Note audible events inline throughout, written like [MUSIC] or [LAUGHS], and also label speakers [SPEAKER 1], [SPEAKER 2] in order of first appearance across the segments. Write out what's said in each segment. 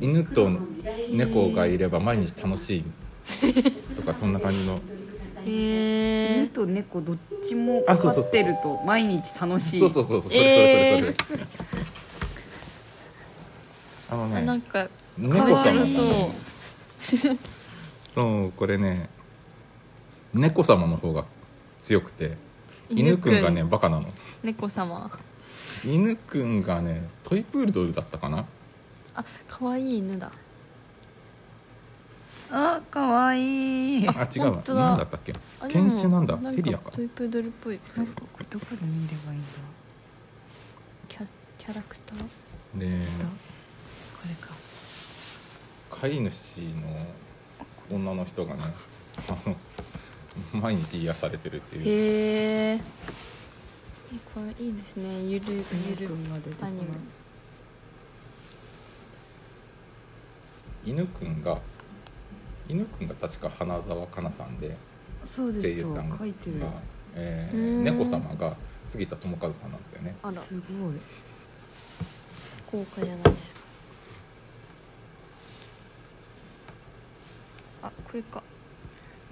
[SPEAKER 1] 犬と猫がいれば毎日楽しいとかそんな感じの
[SPEAKER 2] へ
[SPEAKER 3] 犬
[SPEAKER 2] え
[SPEAKER 3] と猫どっちも飼
[SPEAKER 1] あそうそう
[SPEAKER 3] ってると毎日楽しい
[SPEAKER 1] そうそうそうそうそれそれそれそれ、あの
[SPEAKER 2] ー、なん
[SPEAKER 1] ね
[SPEAKER 2] かか
[SPEAKER 1] 猫
[SPEAKER 2] わ
[SPEAKER 1] 様
[SPEAKER 2] い
[SPEAKER 1] の
[SPEAKER 2] そう
[SPEAKER 1] ねそうこれね猫様の方が強くて犬くんがねバカなの
[SPEAKER 2] 猫様
[SPEAKER 1] 犬くんがねトイプードルだったかな
[SPEAKER 2] あ可愛い犬だ
[SPEAKER 3] あかわいい
[SPEAKER 1] あ違うわ
[SPEAKER 2] 本当だ
[SPEAKER 1] 何だったっけ
[SPEAKER 2] あでも
[SPEAKER 1] 犬種なんだ
[SPEAKER 2] か
[SPEAKER 1] テリアか
[SPEAKER 2] トイプードルっぽい
[SPEAKER 3] なんかこれどこで見ればいいんだ
[SPEAKER 2] キャキャラクター
[SPEAKER 1] で
[SPEAKER 3] だこれか
[SPEAKER 1] 飼い主の女の人がねあの毎日癒されてるっていう
[SPEAKER 2] へえこれいいですねゆるゆ
[SPEAKER 3] 犬
[SPEAKER 2] る
[SPEAKER 3] くんが出てこ
[SPEAKER 2] ア
[SPEAKER 3] ない
[SPEAKER 2] ニメ
[SPEAKER 1] 犬くんが犬くんが確か花澤香菜さんで
[SPEAKER 3] そう
[SPEAKER 1] 声
[SPEAKER 3] で
[SPEAKER 1] 優
[SPEAKER 3] す
[SPEAKER 1] さ
[SPEAKER 3] か
[SPEAKER 1] んが
[SPEAKER 3] 書いてる
[SPEAKER 1] え
[SPEAKER 2] う
[SPEAKER 1] ー
[SPEAKER 2] ん
[SPEAKER 1] 猫様が杉田智和さんなんですよね
[SPEAKER 2] あら
[SPEAKER 3] すごい
[SPEAKER 2] 豪華じゃないですかあこれか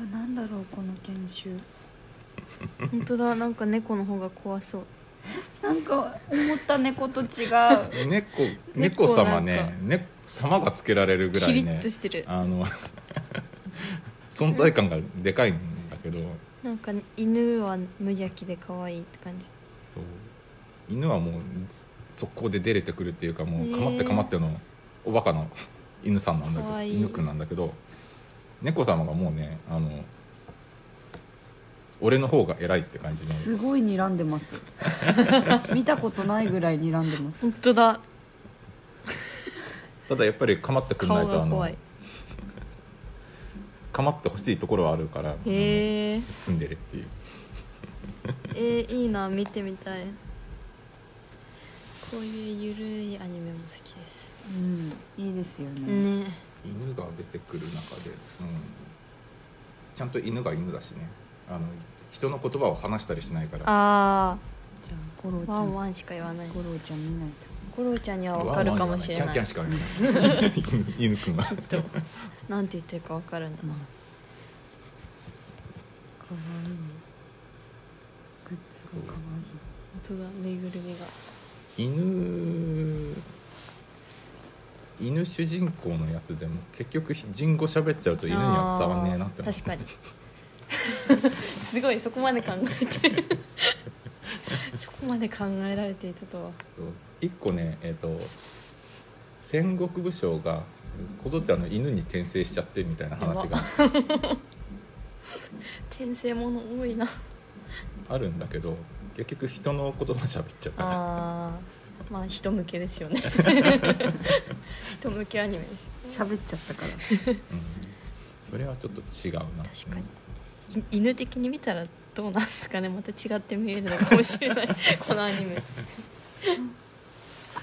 [SPEAKER 3] あなんだろうこの研修
[SPEAKER 2] 本当だなんか猫の方が怖そう
[SPEAKER 3] なんか思った猫と違う
[SPEAKER 1] 猫
[SPEAKER 2] 猫
[SPEAKER 1] 猫様
[SPEAKER 2] なん
[SPEAKER 1] ね
[SPEAKER 2] か
[SPEAKER 1] 猫様がつけられるぐら
[SPEAKER 2] キ
[SPEAKER 1] い
[SPEAKER 2] リッ
[SPEAKER 1] ね
[SPEAKER 2] としてる
[SPEAKER 1] あの [LAUGHS] 存在感がでかいんだけど
[SPEAKER 2] なんか犬は無邪気で可愛いって感じ
[SPEAKER 1] そう犬はもう速攻で出れてくるっていうかも
[SPEAKER 2] へ
[SPEAKER 1] う
[SPEAKER 2] ー
[SPEAKER 1] かまってかまってのおバカの犬さんなんだけ
[SPEAKER 2] か
[SPEAKER 1] ど
[SPEAKER 2] わいい
[SPEAKER 1] 犬くんなんだけど猫様がもうねあの俺の方が偉いって感じの
[SPEAKER 3] すごい睨んでます
[SPEAKER 1] [LAUGHS]
[SPEAKER 3] 見たことないぐらい睨んでます
[SPEAKER 2] 本当だ
[SPEAKER 1] ただやっぱりかまってくんな
[SPEAKER 2] 顔
[SPEAKER 1] いと
[SPEAKER 2] が
[SPEAKER 1] あ
[SPEAKER 2] 怖
[SPEAKER 1] の
[SPEAKER 2] い
[SPEAKER 1] かまってほしいところはあるから住
[SPEAKER 2] へえ
[SPEAKER 1] んでるっていう
[SPEAKER 2] えー、いいな見てみたいこういうゆるいアニメも好きです
[SPEAKER 3] うんいいですよね
[SPEAKER 2] ね
[SPEAKER 1] 犬が出てくる中で、うん、ちゃんと犬が犬だしねあの人の言葉を話したりしないから
[SPEAKER 2] あ
[SPEAKER 3] じゃあゴロ
[SPEAKER 2] あ
[SPEAKER 3] ちゃ
[SPEAKER 2] ワ
[SPEAKER 3] ん
[SPEAKER 2] ン
[SPEAKER 3] ゴ
[SPEAKER 2] ワンしか言わない
[SPEAKER 3] ロちゃん見ないと
[SPEAKER 2] コロちゃんにはわかるかもしれない
[SPEAKER 1] キャンキャンしか言わない [LAUGHS] 犬くんは
[SPEAKER 2] きっとなんて言ってるかわかるんだな
[SPEAKER 3] まあかわいいグッズがかわいい
[SPEAKER 2] 本当だぬいぐるみが
[SPEAKER 1] 犬犬主人公のやつでも結局人語喋っちゃうと犬には伝わんねえなって
[SPEAKER 2] あ
[SPEAKER 1] 思
[SPEAKER 2] ー
[SPEAKER 1] う
[SPEAKER 2] 確かに [LAUGHS] すごいそこまで考えて [LAUGHS] そこまで考えられていたとは
[SPEAKER 1] 一個ねえっ、と戦国武将がこぞってあの犬に転生しちゃってみたいな話が
[SPEAKER 2] 転生もの多いな
[SPEAKER 1] あるんだけど結局人の言葉喋っちゃうから
[SPEAKER 2] あーまあ人向けです
[SPEAKER 1] [LAUGHS]
[SPEAKER 2] よね人向けアニメです
[SPEAKER 3] 喋っちゃったから
[SPEAKER 1] うんそれはちょっと違うな
[SPEAKER 2] 確かにい犬的に見たらどうなんですかねまた違って見えるのかもしれな
[SPEAKER 1] [LAUGHS]
[SPEAKER 2] いこのアニメ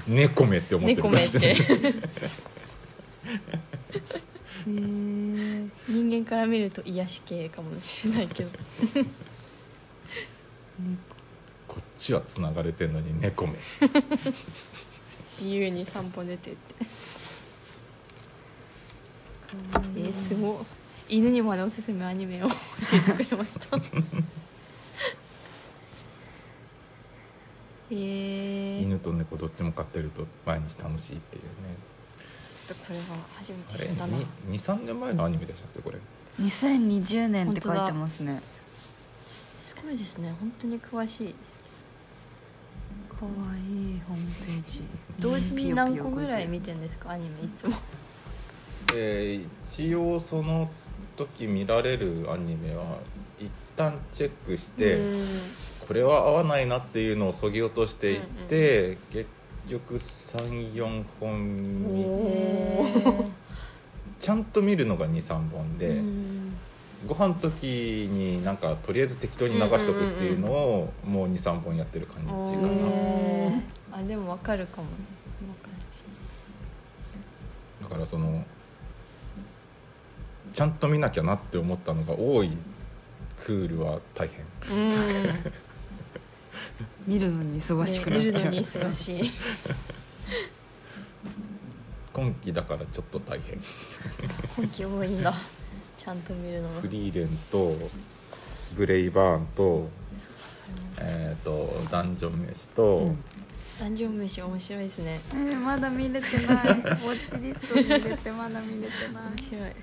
[SPEAKER 1] うん猫目って思ってる
[SPEAKER 2] 猫目っ
[SPEAKER 1] しい
[SPEAKER 2] て
[SPEAKER 3] へえ
[SPEAKER 2] 人間から見ると癒し系かもしれないけど
[SPEAKER 1] [LAUGHS] こっちは繋がれてんのに猫目
[SPEAKER 2] 自由に散歩出てってえー、すごい犬にまでおすすめアニメを教えてくれました
[SPEAKER 1] [LAUGHS]
[SPEAKER 2] えー、ちょ
[SPEAKER 1] 犬と猫どっちも飼ってると毎日楽しいっていうね
[SPEAKER 2] っとこれは初め
[SPEAKER 1] あ
[SPEAKER 2] て
[SPEAKER 1] れ
[SPEAKER 2] 知ったな
[SPEAKER 1] 23年前のアニメでしたっけこれ
[SPEAKER 3] 2020年って書いてますね
[SPEAKER 2] すごいですね本当に詳しい
[SPEAKER 3] かわいいホームページ
[SPEAKER 2] 同時に何個ぐらい見てんですかアニメいつも
[SPEAKER 1] えー一応その時見られるアニメは一旦チェックして、
[SPEAKER 2] うん
[SPEAKER 1] これは合わないなっていうのをそぎ落としていって、結局34本見
[SPEAKER 2] お
[SPEAKER 3] へ
[SPEAKER 2] ー
[SPEAKER 1] ちゃんと見るのが23本で、
[SPEAKER 2] うん
[SPEAKER 1] ご飯の時になんかとりあえず適当に流しとくっていうのをもう23本やってる感じかな、
[SPEAKER 2] おーあでもわかるかもねこの感じ
[SPEAKER 1] だからそのちゃんと見なきゃなって思ったのが多いクールは大変
[SPEAKER 2] うん
[SPEAKER 3] 見るのに忙しくなっ
[SPEAKER 2] ね見
[SPEAKER 3] ち
[SPEAKER 2] る
[SPEAKER 3] ゃう
[SPEAKER 2] のに忙しい
[SPEAKER 1] 今期だからちょっと大変
[SPEAKER 2] 今期多いんだちゃんと見るのが
[SPEAKER 1] フリーレンとブレイバーンと
[SPEAKER 2] そうかそれも
[SPEAKER 1] えっ、とダンジョン飯と、
[SPEAKER 3] うん
[SPEAKER 2] スタジオ飯面白いですね
[SPEAKER 3] えーまだ見れてないウォッチリスト見れてまだ見れてな
[SPEAKER 2] 面
[SPEAKER 3] い
[SPEAKER 2] 白い
[SPEAKER 1] あ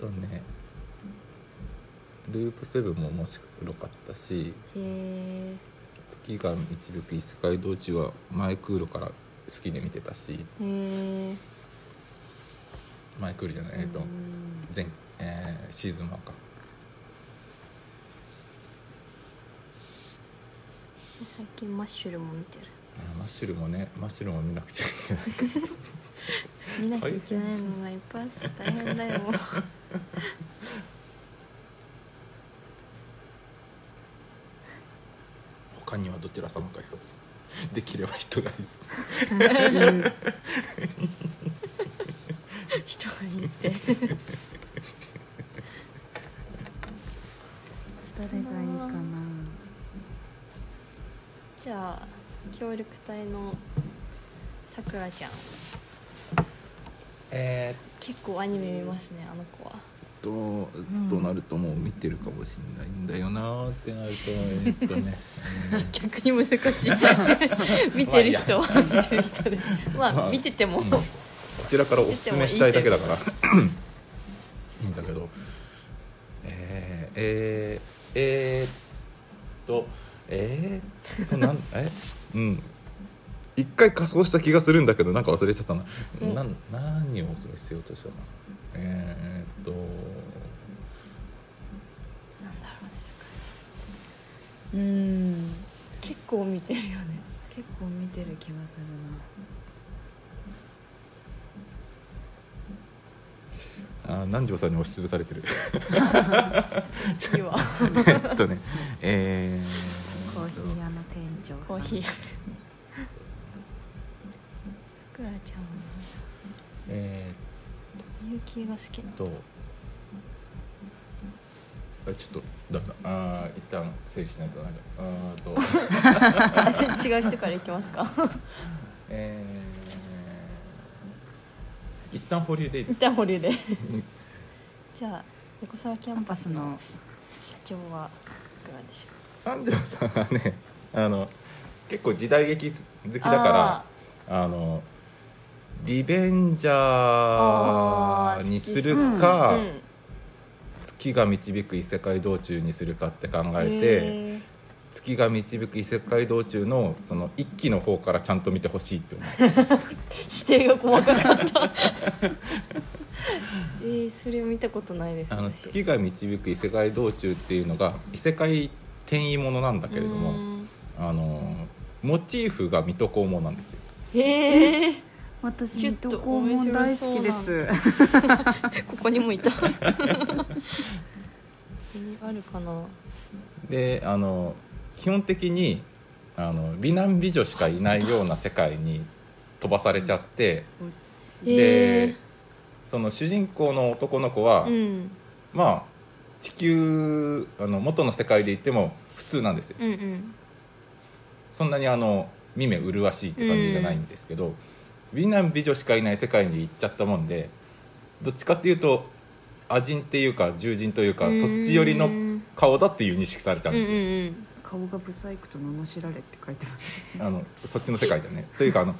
[SPEAKER 1] とねループセブンも面白かったし
[SPEAKER 2] へえ
[SPEAKER 1] 月が導く異世界同時はマイクールから好きで見てたし
[SPEAKER 2] へえ
[SPEAKER 1] マイクールじゃないえっ、と
[SPEAKER 2] うん
[SPEAKER 1] 前、えーシーズン1か
[SPEAKER 2] 最近マッシュルも見てる
[SPEAKER 1] あマッシュルもねマッシュルも見なくちゃいけない
[SPEAKER 2] 見なきゃいけないのがいっぱいあって大変だよもう
[SPEAKER 1] 他にはどちら様か一つできれば人がいい
[SPEAKER 2] 人がいいって
[SPEAKER 3] 誰がいいかな
[SPEAKER 2] じゃあ協力隊のさくらちゃん
[SPEAKER 1] [LAUGHS] え
[SPEAKER 2] 結構アニメ見ますねあの子は
[SPEAKER 1] ー、っと、
[SPEAKER 3] ん
[SPEAKER 1] となるともう見てるかもしれないんだよなーってなるとえーっとね、
[SPEAKER 2] 逆に難しい
[SPEAKER 1] [LAUGHS]
[SPEAKER 2] 見てる人は見てる人でまあ見てても、
[SPEAKER 1] うんこちらからおすすめしたいだけだからいいんだけどえー、えー、えー、っとえー、っとなんえうん一回仮装した気がするんだけどなんか忘れちゃったな、
[SPEAKER 2] うん
[SPEAKER 1] なん何をおすすめしようとしたかなえー、っと
[SPEAKER 2] なんだろうねさくらち
[SPEAKER 3] うん
[SPEAKER 2] ゃん結構見てるよね
[SPEAKER 3] 結構見てる気がする
[SPEAKER 1] あー南條さんに押しつぶされ
[SPEAKER 2] [LAUGHS]
[SPEAKER 1] てる
[SPEAKER 2] 次は
[SPEAKER 1] えっとねえ
[SPEAKER 3] な
[SPEAKER 1] ー、
[SPEAKER 3] コーヒー屋の店長さん
[SPEAKER 2] コーヒーさくらちゃんは
[SPEAKER 1] え
[SPEAKER 2] みゆきが好きな
[SPEAKER 1] ー、っとあちょっとだんだんあー一旦整理しないとなんかあーっと [LAUGHS]
[SPEAKER 2] あそれ違う人からいきますか
[SPEAKER 1] えー、一旦保留でいいで
[SPEAKER 2] 一
[SPEAKER 1] す
[SPEAKER 2] 旦保留でじゃあ横澤キャ
[SPEAKER 3] キャ
[SPEAKER 2] ン
[SPEAKER 3] ン
[SPEAKER 2] パ
[SPEAKER 3] パ
[SPEAKER 2] ス
[SPEAKER 3] ス
[SPEAKER 2] の
[SPEAKER 3] の
[SPEAKER 2] 社長はさくらでしょう
[SPEAKER 1] 南條さんはねあの結構時代劇好きだからあのリベンジャーにするか、
[SPEAKER 2] うん
[SPEAKER 1] 月が導く異世界道中にするかって考えて
[SPEAKER 2] へー
[SPEAKER 1] 月が導く異世界道中のその一期の方からちゃんと見てほしいって思う
[SPEAKER 2] 指定が細かかった
[SPEAKER 1] [LAUGHS]
[SPEAKER 2] えー、それを見たことないです
[SPEAKER 1] あの
[SPEAKER 2] 私
[SPEAKER 1] 月が導く異世界道中っていうのが異世界転移ものなんだけれど
[SPEAKER 2] う
[SPEAKER 1] も
[SPEAKER 2] ん
[SPEAKER 1] あのモチーフが水戸黄門なんですよ
[SPEAKER 2] へえ
[SPEAKER 3] 私
[SPEAKER 2] ちょっ
[SPEAKER 3] 水
[SPEAKER 2] と
[SPEAKER 3] 戸黄門大好きで
[SPEAKER 2] 面白そう
[SPEAKER 3] す
[SPEAKER 2] ここにもいたえー、あるかな
[SPEAKER 1] であの基本的にあの美男美女しかいないような世界に飛ばされちゃって
[SPEAKER 2] [LAUGHS] へ
[SPEAKER 1] で
[SPEAKER 2] ー
[SPEAKER 1] その主人公の男の子は、
[SPEAKER 2] うん
[SPEAKER 1] まあ地球あの元の世界で言っても普通なんですよ、
[SPEAKER 2] うんうん
[SPEAKER 1] そんなにあの見目麗しいって感じじゃないんですけど、美男美女しかいない世界に行っちゃったもんでどっちかっていうと亜人っていうか獣人というか、
[SPEAKER 2] うん
[SPEAKER 1] そっち寄りの顔だっていう認識されたん
[SPEAKER 2] うん
[SPEAKER 1] ですよ、
[SPEAKER 2] うん
[SPEAKER 3] 顔がブサイクと罵られって書いてます
[SPEAKER 1] あのそっちの世界じゃねというかあの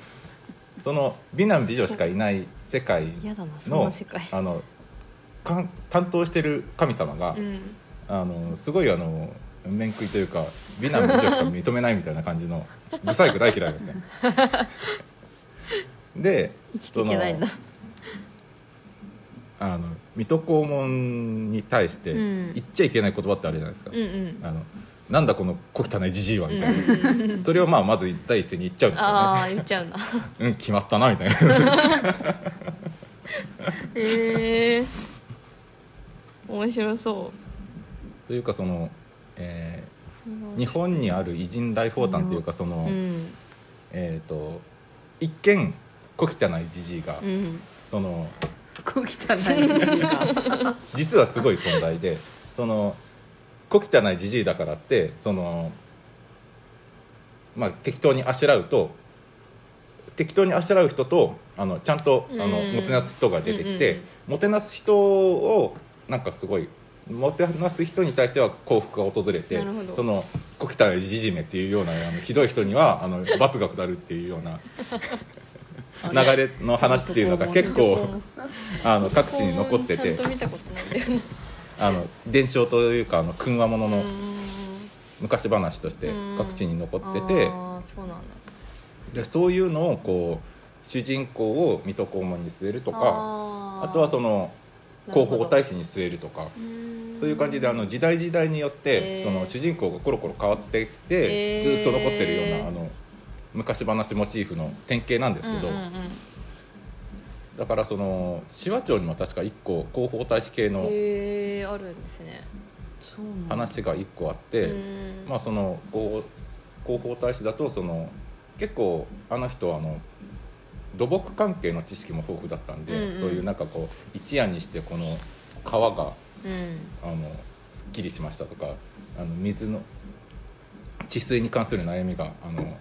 [SPEAKER 1] その美男美女しかいない世界
[SPEAKER 2] うんやだなそん
[SPEAKER 1] の
[SPEAKER 2] な世界
[SPEAKER 1] あのかん担当してる神様が、
[SPEAKER 2] うん
[SPEAKER 1] あのすごいあの面食いというか美男美女しか認めないみたいな感じのブサイク大嫌いなん
[SPEAKER 2] [LAUGHS]
[SPEAKER 1] ですよで
[SPEAKER 2] 生きていけないんだ
[SPEAKER 1] そのあの水戸黄門に対して
[SPEAKER 2] うん
[SPEAKER 1] 言っちゃいけない言葉ってあるじゃないですか、
[SPEAKER 2] うんうん
[SPEAKER 1] あのなんだこの小汚いじじいはみ
[SPEAKER 2] うん
[SPEAKER 1] たいな、
[SPEAKER 2] うんうん
[SPEAKER 1] [LAUGHS] それをまあまず第一声に言っちゃうんですよね
[SPEAKER 2] ああ言っちゃうんだ
[SPEAKER 1] [LAUGHS] うん決まったなみたいな [LAUGHS]
[SPEAKER 2] へえ面白そ
[SPEAKER 1] というかその、えー
[SPEAKER 2] う
[SPEAKER 1] 日本にある偉人来訪談というかその、
[SPEAKER 2] うん
[SPEAKER 1] えっ、と一見小汚いじじいが、
[SPEAKER 2] うん
[SPEAKER 1] その
[SPEAKER 3] 小汚いじじいが
[SPEAKER 1] 実はすごい存在でその小汚いじじいだからってそのまあ適当にあしらうと適当にあしらう人とあのちゃんとあの
[SPEAKER 2] うん
[SPEAKER 1] もてなす人が出てきて、
[SPEAKER 2] うんうん
[SPEAKER 1] もてなす人をなんかすごいもてなす人に対しては幸福が訪れて
[SPEAKER 2] なるほど
[SPEAKER 1] そのこきたいじじめっていうようなあのひどい人にはあの罰が下るっていうよう
[SPEAKER 2] [LAUGHS]
[SPEAKER 1] な流れの話っていうのが結構あの各地に残ってて
[SPEAKER 2] ちゃんと見たことないんだよね
[SPEAKER 1] あの伝承というかあの訓話ものの昔話として
[SPEAKER 2] うん
[SPEAKER 1] 各地に残って
[SPEAKER 2] う
[SPEAKER 1] て。
[SPEAKER 2] んあーそうなんだ
[SPEAKER 1] でそういうのをこう主人公を水戸黄門に据えるとかあ
[SPEAKER 2] あ
[SPEAKER 1] とはその
[SPEAKER 2] なる
[SPEAKER 1] 広
[SPEAKER 2] ほど
[SPEAKER 1] 報大使に据えるとか
[SPEAKER 2] の
[SPEAKER 1] そういう感じであの時代時代によって、
[SPEAKER 2] へー
[SPEAKER 1] その主人公がコロコロ変わっていって、
[SPEAKER 2] へー
[SPEAKER 1] ずっと残ってるようなあの昔話モチーフの典型なんですけど、
[SPEAKER 2] うんうんうん
[SPEAKER 1] だからその紫波町にも確か1個広報大使系の
[SPEAKER 2] へえあるんですねそうなんだ
[SPEAKER 1] 話が1個あって。
[SPEAKER 2] うん
[SPEAKER 1] まあその広報広報大使だとその結構あの人はあの土木関係の知識も豊富だったんで、
[SPEAKER 2] うんうん
[SPEAKER 1] そういうなんかこう一夜にしてこの川が
[SPEAKER 2] うん
[SPEAKER 1] あのすっきりしましたとかあの水の治水に関する悩みがあの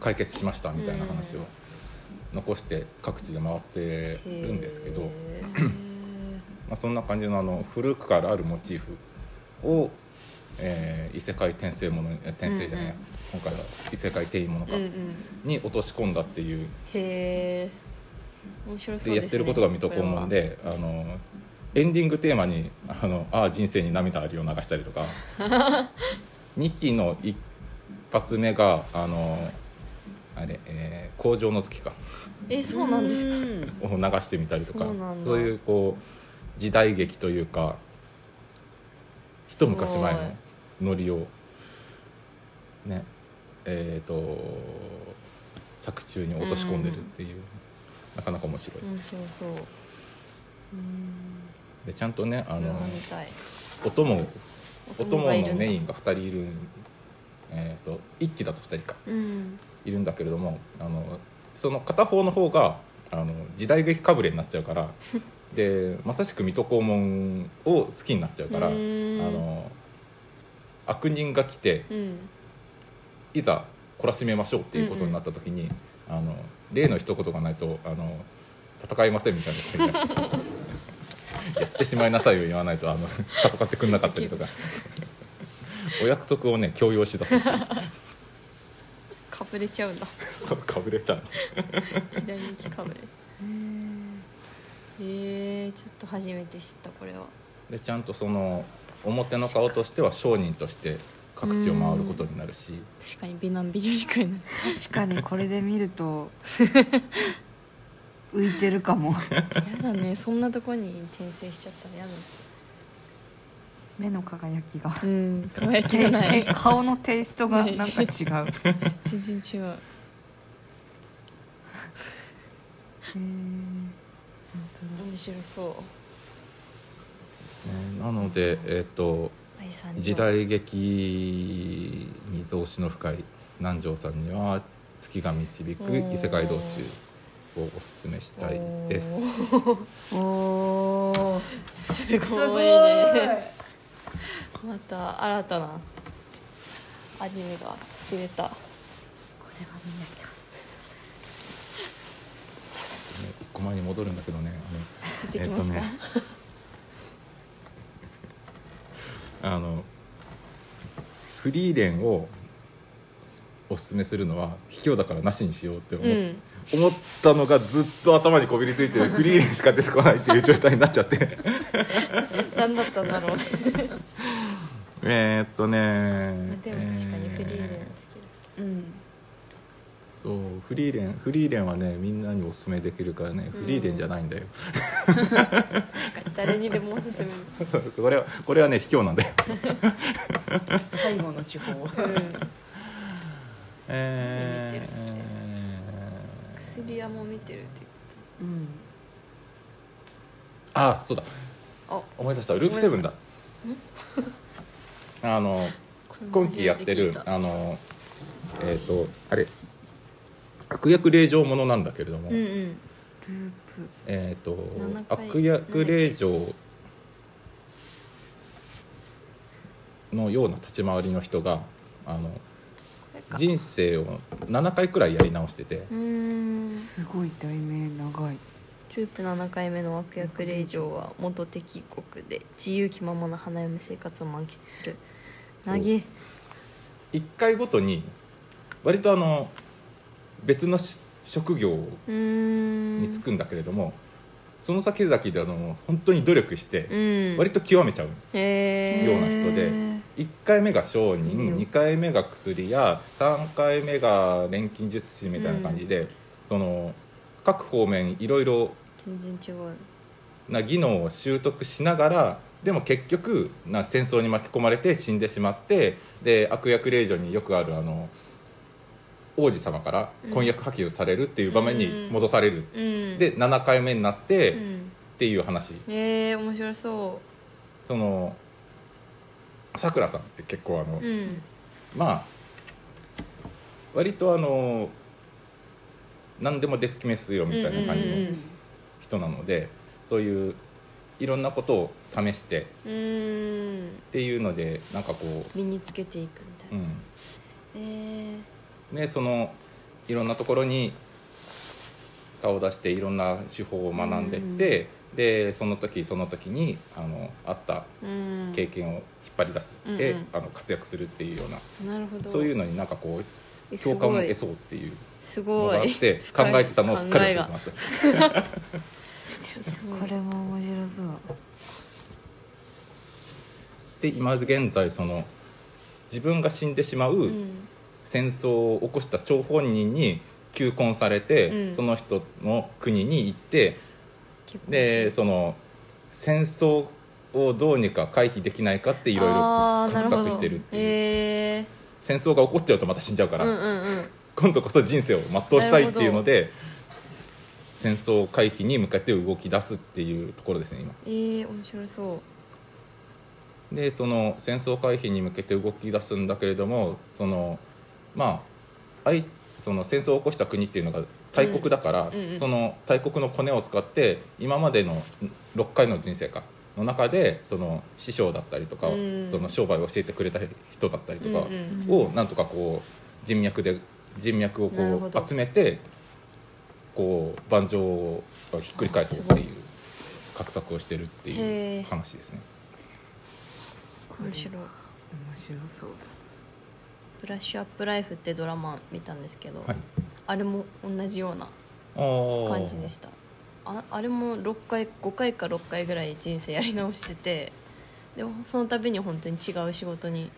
[SPEAKER 1] 解決しましたみたいな話を
[SPEAKER 2] うん
[SPEAKER 1] 残して各地で回ってるんですけど、
[SPEAKER 2] へ
[SPEAKER 1] ま
[SPEAKER 2] ー
[SPEAKER 1] あ、そんな感じのあの古くからあるモチーフを、えー異世界転生ものえ転生じゃない、
[SPEAKER 2] うんうん
[SPEAKER 1] 今回は異世界転移ものか、
[SPEAKER 2] うんうん
[SPEAKER 1] に落とし込んだっていう
[SPEAKER 2] へえ面白
[SPEAKER 1] で
[SPEAKER 2] そうですね
[SPEAKER 1] やってることが水戸黄門であのエンディングテーマに「あのああ人生に涙あり」を流したりと
[SPEAKER 2] [LAUGHS]
[SPEAKER 1] か2期の一発目があのあれ、えー工場の月か
[SPEAKER 2] えそうなんですか
[SPEAKER 4] か
[SPEAKER 1] を流してみたりとか
[SPEAKER 2] そうなんだ
[SPEAKER 1] そういうこう時代劇というか一昔前のノリをねえっ、と作中に落とし込んでるっていう、なかなか面白い。
[SPEAKER 2] 面白そう
[SPEAKER 1] でちゃんとねあ
[SPEAKER 2] これ
[SPEAKER 1] の
[SPEAKER 2] は見たい
[SPEAKER 1] お供お供
[SPEAKER 2] がいる
[SPEAKER 1] の
[SPEAKER 2] んだ
[SPEAKER 1] メインが2人いるえー、と1期だと2人か
[SPEAKER 2] うん
[SPEAKER 1] いるんだけれどもあのその片方の方があの時代劇かぶれになっちゃうからでまさしく水戸黄門を好きになっちゃうからあ
[SPEAKER 2] うーん
[SPEAKER 1] の悪人が来て
[SPEAKER 2] うん
[SPEAKER 1] いざ懲らしめましょうっていうことになった時に、あの例の一言がないとあの戦いませんみたいなことになってやってしまいなさいを言わないとあの戦ってくれなかったりとかお約束をね強要しだす
[SPEAKER 2] かぶれちゃうんだ
[SPEAKER 1] そうかぶれちゃう
[SPEAKER 2] 時代劇かぶれへえちょっと初めて知ったこれは
[SPEAKER 1] でちゃんとその表の顔としては商人として各地を回ることになるし
[SPEAKER 2] 確かに美男美女しかいない
[SPEAKER 4] 確かにこれで見ると浮いてるかも
[SPEAKER 2] やだねそんなとこに転生しちゃったらやだ
[SPEAKER 4] 目の輝きが
[SPEAKER 2] うん輝きがない
[SPEAKER 4] 顔のテイストがなんか違うへ
[SPEAKER 2] [LAUGHS] 全然違う
[SPEAKER 4] え
[SPEAKER 2] 面白そう
[SPEAKER 1] なのでえっ、と
[SPEAKER 2] 愛さんと
[SPEAKER 1] 時代劇に動詞の深い南條さんには月が導く異世界道中をおすすめしたいです
[SPEAKER 2] おーすごいね
[SPEAKER 4] すごい
[SPEAKER 2] また新たなアニメが知れた
[SPEAKER 1] 一個前に戻るんだけどね
[SPEAKER 2] 出てきました、
[SPEAKER 1] えっ [LAUGHS] あのあのフリーレンをおすすめするのは卑怯だからなしにしようって思,、
[SPEAKER 2] うん
[SPEAKER 1] 思ったのがずっと頭にこびりついてフリーレンしか出てこないっていう状態になっちゃって
[SPEAKER 2] [LAUGHS] 何だったんだろうね
[SPEAKER 1] えーっとね
[SPEAKER 2] [LAUGHS] でも確かにフリーレン好きだ
[SPEAKER 4] うん
[SPEAKER 1] そうフリーレンフリーレンはねみんなにおすすめできるからねフリーレンじゃないんだよ、 [LAUGHS]
[SPEAKER 2] 確かに誰にでもおすすめ
[SPEAKER 1] これはこれはね卑怯なんだよ
[SPEAKER 4] 最後の手法
[SPEAKER 2] うん
[SPEAKER 1] え
[SPEAKER 2] 見てるって
[SPEAKER 1] ー
[SPEAKER 2] 薬屋も見てるって言って
[SPEAKER 4] うん
[SPEAKER 1] あそうだ
[SPEAKER 2] たあ
[SPEAKER 1] 思い出したループセブンだあの
[SPEAKER 2] これ
[SPEAKER 1] 今期やってる
[SPEAKER 2] 初めて聞いた
[SPEAKER 1] あのえっ、とあれ悪役令嬢ものなんだけれども、
[SPEAKER 2] うんうん
[SPEAKER 4] ループ
[SPEAKER 1] えっ、と
[SPEAKER 2] 7回
[SPEAKER 1] 悪役令嬢のような立ち回りの人があの
[SPEAKER 3] か
[SPEAKER 1] 人生を7回くらいやり直してて
[SPEAKER 2] うーん
[SPEAKER 4] すごい題名長い
[SPEAKER 2] ループ7回目の悪役令嬢は元敵国で自由気ままな花嫁生活を満喫する投げ
[SPEAKER 1] 1回ごとに割とあの別のし職業
[SPEAKER 2] うーん
[SPEAKER 1] に就くんだけれども、その先々であの本当に努力して
[SPEAKER 2] うん
[SPEAKER 1] 割と極めちゃう
[SPEAKER 2] へー
[SPEAKER 1] ような人で1回目が商人、
[SPEAKER 2] うん
[SPEAKER 1] 2回目が薬や3回目が錬金術師みたいな感じで、その各方面いろいろ
[SPEAKER 2] 全然違う
[SPEAKER 1] な技能を習得しながらでも結局な戦争に巻き込まれて死んでしまってで悪役令嬢によくあるあの王子様から婚約破棄をされるっていう場面に戻される、
[SPEAKER 2] うん
[SPEAKER 1] で7回目になって、
[SPEAKER 2] う
[SPEAKER 1] っ
[SPEAKER 2] ん
[SPEAKER 1] ていう話
[SPEAKER 2] えー、面白そ
[SPEAKER 1] そのさくらさんって結構あの、
[SPEAKER 2] ううん
[SPEAKER 1] まあ割とあの何でもできますよみたいな感
[SPEAKER 2] う
[SPEAKER 1] じの
[SPEAKER 2] ん
[SPEAKER 1] 人なので、そういういろんなことを試して
[SPEAKER 2] うーん
[SPEAKER 1] っていうのでなんかこ、
[SPEAKER 2] 身につけていくみたいう
[SPEAKER 1] う
[SPEAKER 2] な、
[SPEAKER 1] ん、
[SPEAKER 2] え
[SPEAKER 1] でそのいろんなところに顔を出していろんな手法を学んでって、でその時その時にあのあった
[SPEAKER 2] ー、うん
[SPEAKER 1] 経験を引っ張り出すって、
[SPEAKER 2] うんうん
[SPEAKER 1] あの活躍するっていうような
[SPEAKER 2] なるほど
[SPEAKER 1] そういうのになんかこう
[SPEAKER 2] えす
[SPEAKER 1] 共感を
[SPEAKER 2] ご
[SPEAKER 1] 得
[SPEAKER 2] い
[SPEAKER 1] そうっていう
[SPEAKER 2] す
[SPEAKER 1] の
[SPEAKER 2] ご
[SPEAKER 1] があっ
[SPEAKER 2] い
[SPEAKER 1] て考
[SPEAKER 2] 深い
[SPEAKER 1] えてたのをすっかり忘れてました
[SPEAKER 4] ちょっと
[SPEAKER 2] [LAUGHS]
[SPEAKER 4] これも面白そう
[SPEAKER 1] で今現在その自分が死んでしま
[SPEAKER 2] う
[SPEAKER 1] うん戦争を起こした張本人に求婚されて、
[SPEAKER 2] うん
[SPEAKER 1] その人の国に行って
[SPEAKER 2] 結構
[SPEAKER 1] で
[SPEAKER 2] 面白い
[SPEAKER 1] その戦争をどうにか回避できないかっていろいろ
[SPEAKER 2] あーな
[SPEAKER 1] 画
[SPEAKER 2] るほど
[SPEAKER 1] 策してるっていう
[SPEAKER 2] へえ
[SPEAKER 1] 戦争が起こっちゃうとまた死んじゃうから、
[SPEAKER 2] うんうんうん
[SPEAKER 1] 今度こそ人生を全うしたいっていうので戦争回避に向けて動き出すっていうところですね今。
[SPEAKER 2] えー、面白そう
[SPEAKER 1] でその戦争回避に向けて動き出すんだけれどもそのまあ相その戦争を起こした国っていうのが大国だから、
[SPEAKER 2] うんうんうん
[SPEAKER 1] その大国のコネを使って今までの6回の人生かの中でその師匠だったりとか、
[SPEAKER 2] うん
[SPEAKER 1] その商売を教えてくれた人だったりとか
[SPEAKER 2] うんうん
[SPEAKER 1] をなんとかこう人脈で人脈を
[SPEAKER 2] なるほ
[SPEAKER 1] こ
[SPEAKER 2] ど
[SPEAKER 1] う集めてこう盤上をひっくり返そうっていう画策をしてるって
[SPEAKER 2] へ
[SPEAKER 1] い
[SPEAKER 2] え
[SPEAKER 1] う話ですね。
[SPEAKER 2] 面白い
[SPEAKER 4] 面白そう
[SPEAKER 2] ブラッシュアップライフってドラマ見たんですけど、
[SPEAKER 1] はい
[SPEAKER 2] あれも同じような
[SPEAKER 1] 感
[SPEAKER 2] 感じでしたああれも6回5回か6回ぐらい人生やり直しててでもその度に本当に違う仕事に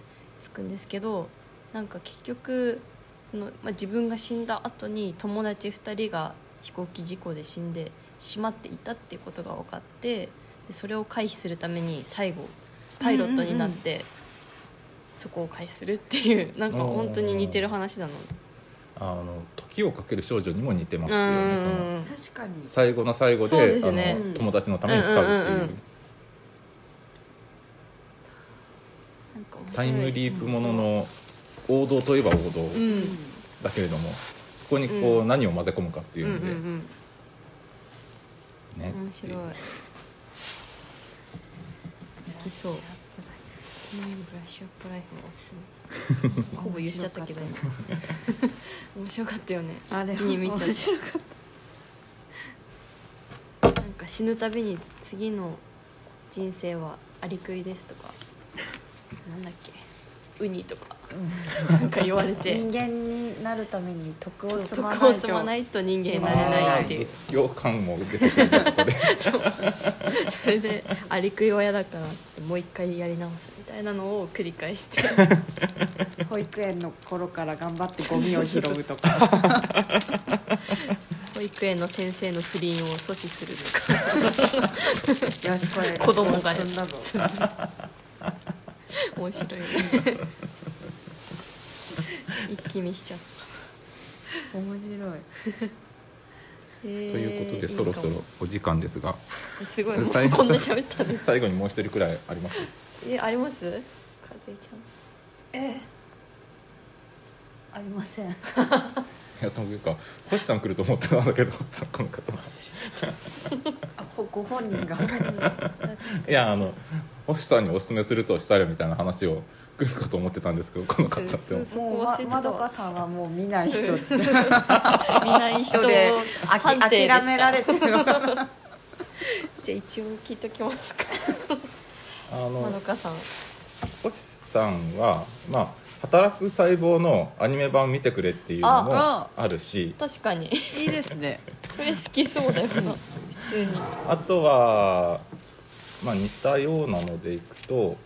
[SPEAKER 2] 就くんですけどなんか結局その、まあ、自分が死んだ後に友達2人が飛行機事故で死んでしまっていたっていうことが分かってでそれを回避するために最後パイロットになって、そこを回避するっていうなんか本当に似てる話なの。
[SPEAKER 1] あの時をかける少女にも似てますよ
[SPEAKER 2] うん
[SPEAKER 1] ね
[SPEAKER 2] う
[SPEAKER 1] その
[SPEAKER 2] んうん
[SPEAKER 4] 確かに
[SPEAKER 1] 最後の最後
[SPEAKER 2] そう
[SPEAKER 1] で
[SPEAKER 2] ですね
[SPEAKER 1] あの友達のために使うっていう,、
[SPEAKER 2] うんうんうんうんなんか面
[SPEAKER 1] タイ
[SPEAKER 2] 白い
[SPEAKER 1] ム
[SPEAKER 2] です
[SPEAKER 1] リープものの王道といえば王道
[SPEAKER 2] うん
[SPEAKER 1] だけれども、そこにこ
[SPEAKER 2] う
[SPEAKER 1] う何を混ぜ込むかっていううんので、
[SPEAKER 2] うん
[SPEAKER 1] ね
[SPEAKER 2] うん、面白い好きそううんブラッシュアップライフもおすすめほぼ言っちゃったけど今面白かったよね
[SPEAKER 4] あれ
[SPEAKER 2] 一気に見ちゃ
[SPEAKER 4] 面白
[SPEAKER 2] っ
[SPEAKER 4] かった
[SPEAKER 2] なんか死ぬたびに次の人生はアリクイですとかなんだっけウニとかなんか言われ
[SPEAKER 4] た人
[SPEAKER 2] て
[SPEAKER 4] 間になるために徳を積
[SPEAKER 2] そう
[SPEAKER 4] まない
[SPEAKER 2] 徳を積まないと人間になれないってい
[SPEAKER 1] あー
[SPEAKER 2] う
[SPEAKER 1] 仏教感も出てくるんでそこで
[SPEAKER 2] [LAUGHS] そうそれでアリクイは嫌だからってもう一回やり直すみたいなのを繰り返して
[SPEAKER 4] と保育園の頃から頑張ってゴミを拾うと
[SPEAKER 2] [LAUGHS]
[SPEAKER 4] か
[SPEAKER 2] 保育園の先生の不倫を阻止するとか
[SPEAKER 4] よしこれ
[SPEAKER 2] 子供が
[SPEAKER 4] 積んだぞ
[SPEAKER 2] そうそう [LAUGHS] 面白いね一気にしちゃった
[SPEAKER 4] 面白い
[SPEAKER 2] と
[SPEAKER 1] ということでそろそろお時間ですが
[SPEAKER 2] すごいもう
[SPEAKER 1] 最後
[SPEAKER 2] こんな喋ったんです
[SPEAKER 1] 最後にもう一人くらいあります
[SPEAKER 2] えありますかずえちゃん
[SPEAKER 4] ありません
[SPEAKER 1] いやというか星さん来ると思ってたんだけどそこの方
[SPEAKER 2] 忘れてた
[SPEAKER 4] [LAUGHS] あほご本人が
[SPEAKER 1] いやあの星さんにおすすめするとしたらみたいな話を来るかと思ってたんですけど来なかったって
[SPEAKER 2] そうそうそ
[SPEAKER 4] もう
[SPEAKER 2] こ忘れてた
[SPEAKER 4] ま
[SPEAKER 2] わ
[SPEAKER 4] どかさんはもう [LAUGHS] 見ない人
[SPEAKER 2] うん見ない人
[SPEAKER 4] 人
[SPEAKER 2] を
[SPEAKER 4] で
[SPEAKER 2] [LAUGHS]
[SPEAKER 4] あき
[SPEAKER 2] 判定
[SPEAKER 4] 諦
[SPEAKER 2] でした
[SPEAKER 4] められてるのか
[SPEAKER 2] じゃあ一応聞いときますか
[SPEAKER 1] あの
[SPEAKER 2] まどかさん
[SPEAKER 1] 星さんはまあ働く細胞のアニメ版見てくれっていうのも
[SPEAKER 4] あ
[SPEAKER 1] あるし
[SPEAKER 2] 確か [LAUGHS] に
[SPEAKER 4] いいですね
[SPEAKER 2] それ好きそうだよな普通に
[SPEAKER 1] あとは、まあ、似たようなのでいくと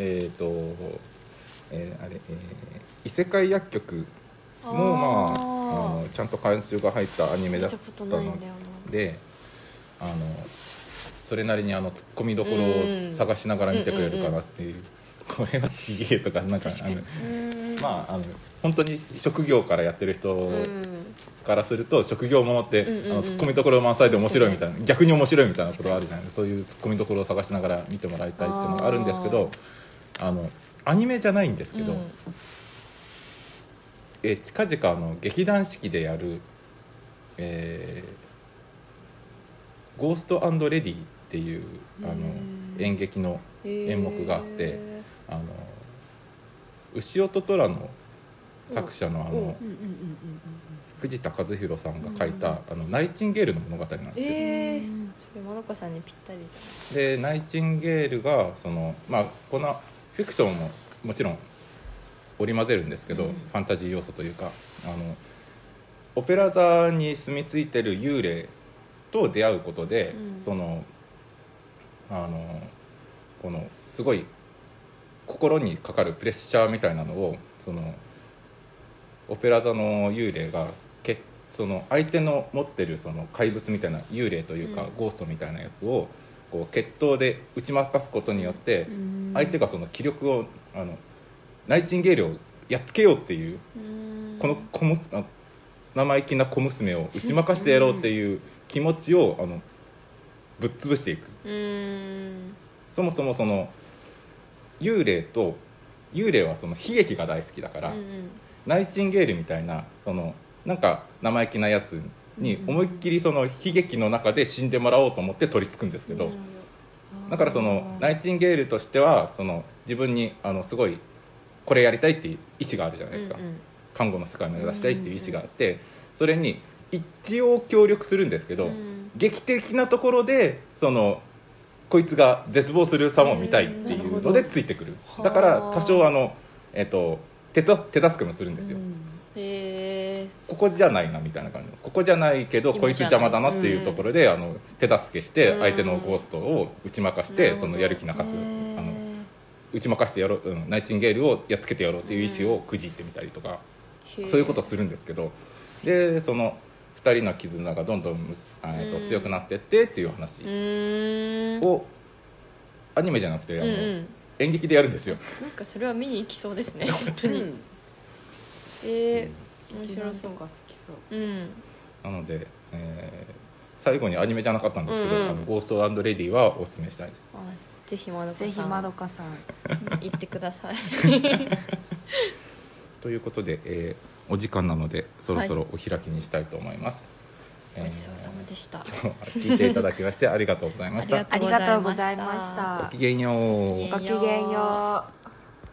[SPEAKER 1] えっ、と、えーあれ、えー異世界薬局もまああのちゃんと監修が入ったアニメ
[SPEAKER 2] 見
[SPEAKER 1] だ
[SPEAKER 2] た
[SPEAKER 1] った
[SPEAKER 2] ことないん
[SPEAKER 1] の
[SPEAKER 2] だよ
[SPEAKER 1] であのそれなりにあのツッコミどころを探しながら見てくれるかなっていう,、これはちげえとかなんか
[SPEAKER 2] 確か
[SPEAKER 1] あ
[SPEAKER 2] に
[SPEAKER 1] のまああの本当に職業からやってる人
[SPEAKER 2] なうん
[SPEAKER 1] からすると職業ものって、
[SPEAKER 2] うんうんうん
[SPEAKER 1] あのツッコミどころ満載で面白いみたいな、逆に面白いみたいなことがあるじゃないそういうツッコミどころを探しながら見てもらいたいっていうのがあるんですけどあのアニメじゃないんですけど、
[SPEAKER 2] うん
[SPEAKER 1] えー近々あの劇団四季でやる「えーゴーストレディ」っていうあの
[SPEAKER 2] へー
[SPEAKER 1] 演劇の演目があって
[SPEAKER 2] へ
[SPEAKER 1] あの牛音虎の作者のあの
[SPEAKER 4] うんうんうんうん
[SPEAKER 1] 藤田和弘さんが書いた「あのナイチンゲール」の物語なん
[SPEAKER 2] ー
[SPEAKER 1] ですよ。
[SPEAKER 2] え
[SPEAKER 4] う
[SPEAKER 2] ー
[SPEAKER 4] ん
[SPEAKER 2] それまどかさんにぴったりじゃ
[SPEAKER 1] でナイチンゲールがその、まあ、このフィクションももちろん織り交ぜるんですけど、
[SPEAKER 2] うん
[SPEAKER 1] ファンタジー要素というかあのオペラ座に住み着いてる幽霊と出会うことで、
[SPEAKER 2] うん
[SPEAKER 1] そのあのこのすごい心にかかるプレッシャーみたいなのをそのオペラ座の幽霊がけその相手の持ってるその怪物みたいな幽霊というか、
[SPEAKER 2] うん
[SPEAKER 1] ゴーストみたいなやつをこう決闘で打ち負かすことによって、
[SPEAKER 4] うん
[SPEAKER 1] 相手がその気力をあのナイチンゲールをやっつけようっていう
[SPEAKER 2] ない
[SPEAKER 1] この小むあ生意気な小娘を打ち負かしてやろうっていう気持ちをあのぶっ潰していく
[SPEAKER 2] うーん
[SPEAKER 1] そもそもその幽霊と幽霊はその悲劇が大好きだから、
[SPEAKER 2] うんうん
[SPEAKER 1] ナイチンゲールみたいなそのなんか生意気なやつに思いっきりその悲劇の中で死んでもらおうと思って取り付くんですけど、
[SPEAKER 2] なる
[SPEAKER 1] だからそのナイチンゲールとしてはその自分にあのすごいこれやりたいっていう意志があるじゃないですか、
[SPEAKER 2] うんうん
[SPEAKER 1] 看護の世界を目指したいっていう意志があって、それに一応協力するんですけど、
[SPEAKER 2] うん
[SPEAKER 1] 劇的なところでそのこいつが絶望する様を見たいってい
[SPEAKER 2] うんなるほ
[SPEAKER 1] うの
[SPEAKER 2] ど
[SPEAKER 1] でついてくる、
[SPEAKER 2] はあ
[SPEAKER 1] だから多少あの、えっと手た手助けもするんですよ、
[SPEAKER 2] へえ
[SPEAKER 1] ここじゃないなみたいな感じのここじゃないけど
[SPEAKER 2] 今
[SPEAKER 1] こいつ邪魔だなっていうところで、あの手助けして
[SPEAKER 2] うん
[SPEAKER 1] 相手のゴーストを打ち負かし
[SPEAKER 2] な
[SPEAKER 1] て、
[SPEAKER 2] るほ
[SPEAKER 1] そ
[SPEAKER 2] ど
[SPEAKER 1] のやる気なかつ、
[SPEAKER 2] へ
[SPEAKER 1] あの
[SPEAKER 2] ー
[SPEAKER 1] 打ち負かしてやろう、うん、ナイチンゲールをやっつけてやろうっていう意思をくじいてみたりとか、そういうことをするんですけどでその2人の絆がどんどんむず、あえっと
[SPEAKER 2] うん
[SPEAKER 1] 強くなってってっていう話
[SPEAKER 2] うーん
[SPEAKER 1] を、アニメじゃなくて
[SPEAKER 2] う
[SPEAKER 1] あ
[SPEAKER 2] んう
[SPEAKER 1] の、
[SPEAKER 2] ん
[SPEAKER 1] 演劇でやるんですよ。
[SPEAKER 2] なんかそれは見に行きそうです
[SPEAKER 1] [LAUGHS]
[SPEAKER 2] ね本当
[SPEAKER 4] う
[SPEAKER 2] に、
[SPEAKER 4] ん
[SPEAKER 2] えー、面
[SPEAKER 4] 面
[SPEAKER 2] 白
[SPEAKER 4] 白
[SPEAKER 2] そ
[SPEAKER 4] そううが好きそう
[SPEAKER 2] うん
[SPEAKER 1] なので、えー最後にアニメじゃなかったんですけど「
[SPEAKER 2] うんうん
[SPEAKER 1] あのゴーストレディ」はおすすめしたいです。
[SPEAKER 2] あぜひまどか
[SPEAKER 3] ぜひ
[SPEAKER 2] さ
[SPEAKER 3] ま
[SPEAKER 2] ん
[SPEAKER 3] どかさん
[SPEAKER 2] 行ってください
[SPEAKER 1] ということで、えーお時間なのでそろそろお開きにしたいと思います。
[SPEAKER 2] ごちそうさ
[SPEAKER 1] え
[SPEAKER 2] までした
[SPEAKER 1] ー今日 [LAUGHS] は聞いていただきましてありがとうございました。
[SPEAKER 2] あ
[SPEAKER 3] あ
[SPEAKER 2] り
[SPEAKER 3] り
[SPEAKER 2] が
[SPEAKER 3] が
[SPEAKER 2] と
[SPEAKER 3] と
[SPEAKER 2] う
[SPEAKER 3] う
[SPEAKER 2] ご
[SPEAKER 3] ご
[SPEAKER 2] ざ
[SPEAKER 3] ざ
[SPEAKER 2] い
[SPEAKER 3] い
[SPEAKER 2] ま
[SPEAKER 3] ま
[SPEAKER 2] し
[SPEAKER 3] したた
[SPEAKER 1] ごきげんよう。
[SPEAKER 2] ご
[SPEAKER 3] ご
[SPEAKER 2] き
[SPEAKER 3] き
[SPEAKER 2] げ
[SPEAKER 3] げ
[SPEAKER 2] ん
[SPEAKER 3] ん
[SPEAKER 2] よ
[SPEAKER 3] よう